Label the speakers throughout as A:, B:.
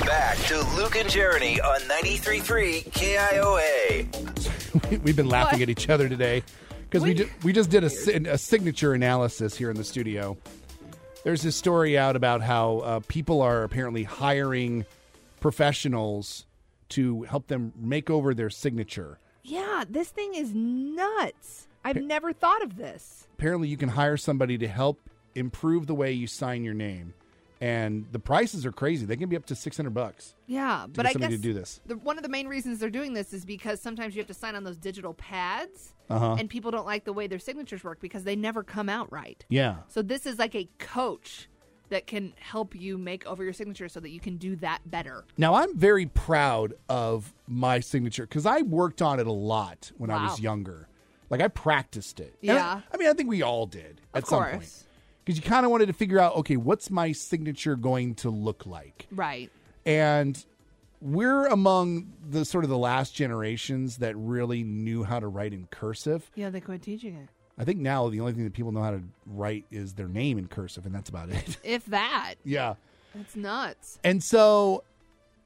A: back to Luke and Jeremy on 93.3 KIOA.
B: We- We've been laughing at each other today because we we,
C: We-
B: ju- we just did a, si- a signature analysis here in the studio. There's this story out about how uh, people are apparently hiring professionals to help them make over their signature.
C: Yeah, this thing is nuts. I've never thought of this.
B: Apparently, you can hire somebody to help improve the way you sign your name, and the prices are crazy. They can be up to six hundred bucks.
C: Yeah, but
B: get
C: I guess
B: somebody to do this.
C: The, one of the main reasons they're doing this is because sometimes you have to sign on those digital pads,
B: Uh-huh.
C: and people don't like the way their signatures work because they never come out right.
B: Yeah,
C: So this is like a coach that can help you make over your signature so that you can do that better.
B: Now I'm very proud of my signature because I worked on it a lot when I
C: Wow.
B: was younger. Like I practiced it. And
C: Yeah.
B: I, I mean, I think we all did at some point
C: course.
B: because you kind of wanted to figure out, okay, what's my signature going to look like?
C: Right.
B: And we're among the sort of the last generations that really knew how to write in cursive.
C: Yeah, they quit teaching it.
B: I think now the only thing that people know how to write is their name in cursive, and that's about it.
C: If that,
B: yeah.
C: that's nuts.
B: And so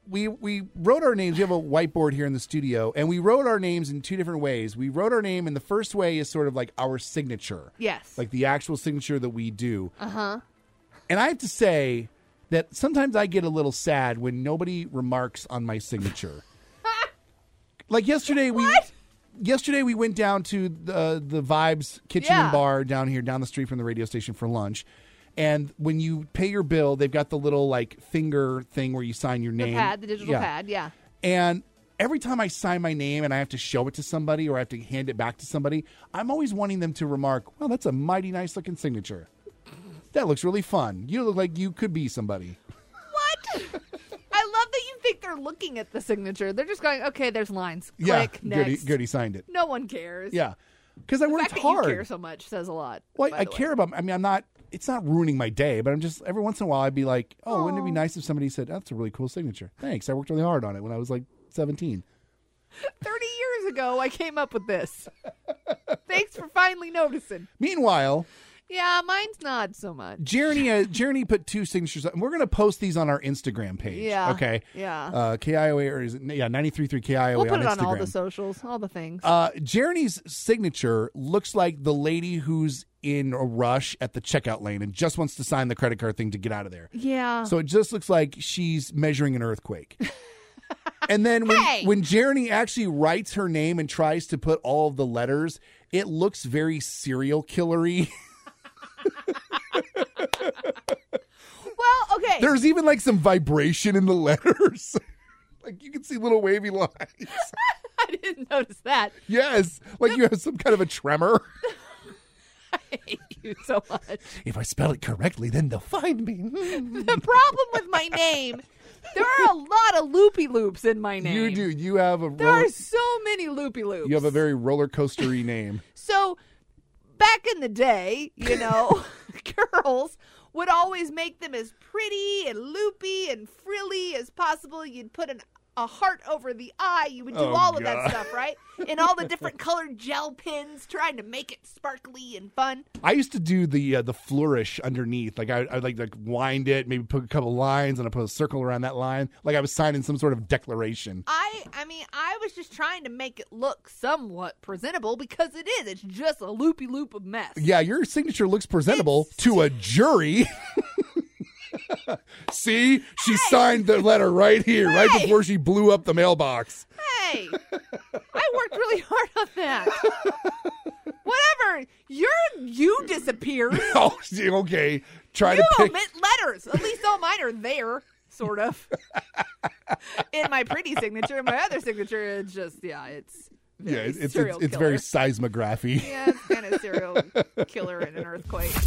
B: we we wrote our names. We have a whiteboard here in the studio, and we wrote our names in two different ways. We wrote our name, and the first way is sort of like our signature,
C: Yes. Uh-huh.
B: like the actual signature that we do. Uh huh. And I have to say that sometimes I get a little sad when nobody remarks on my signature. like yesterday, we. Yesterday we went down to the uh, the Vibes Kitchen and
C: Yeah.
B: Bar down here down the street from the radio station for lunch, and when you pay your bill, they've got the little like finger thing where you sign your
C: the
B: name,
C: pad, the digital
B: Yeah.
C: pad. Yeah.
B: And every time I sign my name and I have to show it to somebody or I have to hand it back to somebody, I'm always wanting them to remark, "Well, that's a mighty nice looking signature. That looks really fun. You look like you could be somebody."
C: What? I love that you think they're looking at the signature. They're just going, okay, there's lines. Click
B: yeah, Goody,
C: next.
B: Goody signed it.
C: No one cares.
B: Yeah, because I
C: The
B: worked
C: fact that
B: hard.
C: you care so much says a lot.
B: Well,
C: by
B: I
C: the way.
B: care about. I mean, I'm not. It's not ruining my day, but I'm just every once in a while I'd be like, "Oh, wouldn't it be nice if somebody said 'Oh, that's a really cool signature? Thanks, I worked really hard on it when I was like 17."
C: Thirty years ago, I came up with this. Thanks for finally noticing.
B: Meanwhile,
C: Yeah, mine's not so much.
B: Jeremy uh, Jeremy put two signatures, up, and we're gonna post these on our Instagram page.
C: Yeah,
B: Okay.
C: yeah.
B: Uh, KIOA or is it, yeah 93.3 KIOA
C: We'll put
B: on
C: it on
B: Instagram.
C: all the socials, all the things.
B: uh, Jeremy's signature looks like the lady who's in a rush at the checkout lane and just wants to sign the credit card thing to get out of there.
C: yeah.
B: So it just looks like she's measuring an earthquake. and then when,
C: Hey!
B: when Jeremy actually writes her name and tries to put all of the letters, it looks very serial killery.
C: well, okay.
B: There's even like some vibration in the letters. like you can see little wavy lines.
C: I didn't notice that.
B: yes, like you have some kind of a tremor.
C: I hate you so much.
B: If I spell it correctly, then they'll find me.
C: the problem with my name, there are a lot of loopy loops in my name.
B: you do. You have a
C: There
B: roller,
C: are so many loopy loops.
B: you have a very roller coastery name.
C: So back in the day, you know, girls would always make them as pretty and loopy and frilly as possible. You'd put an a heart over the eye. You would do
B: Oh,
C: all of
B: God.
C: that stuff, right? And all the different colored gel pins, trying to make it sparkly and fun.
B: I used to do the uh, the flourish underneath. Like I, I'd like like wind it, maybe put a couple lines, and I put a circle around that line, like I was signing some sort of declaration.
C: I I mean, I was just trying to make it look somewhat presentable because it is. It's just a loopy loop of mess.
B: Yeah, your signature looks presentable to a jury. See, she signed the letter right here, right before she blew up the mailbox.
C: Hey, I worked really hard on that. Whatever, your you disappears.
B: Oh, see, okay. Try
C: You
B: to pick.
C: omit letters. At least all mine are there, sort of. In my pretty signature, my other signature is just yeah, it's
B: yeah,
C: very
B: it's it's,
C: serial
B: it's very
C: killer.
B: seismography.
C: yeah, it's kind of serial killer in an earthquake.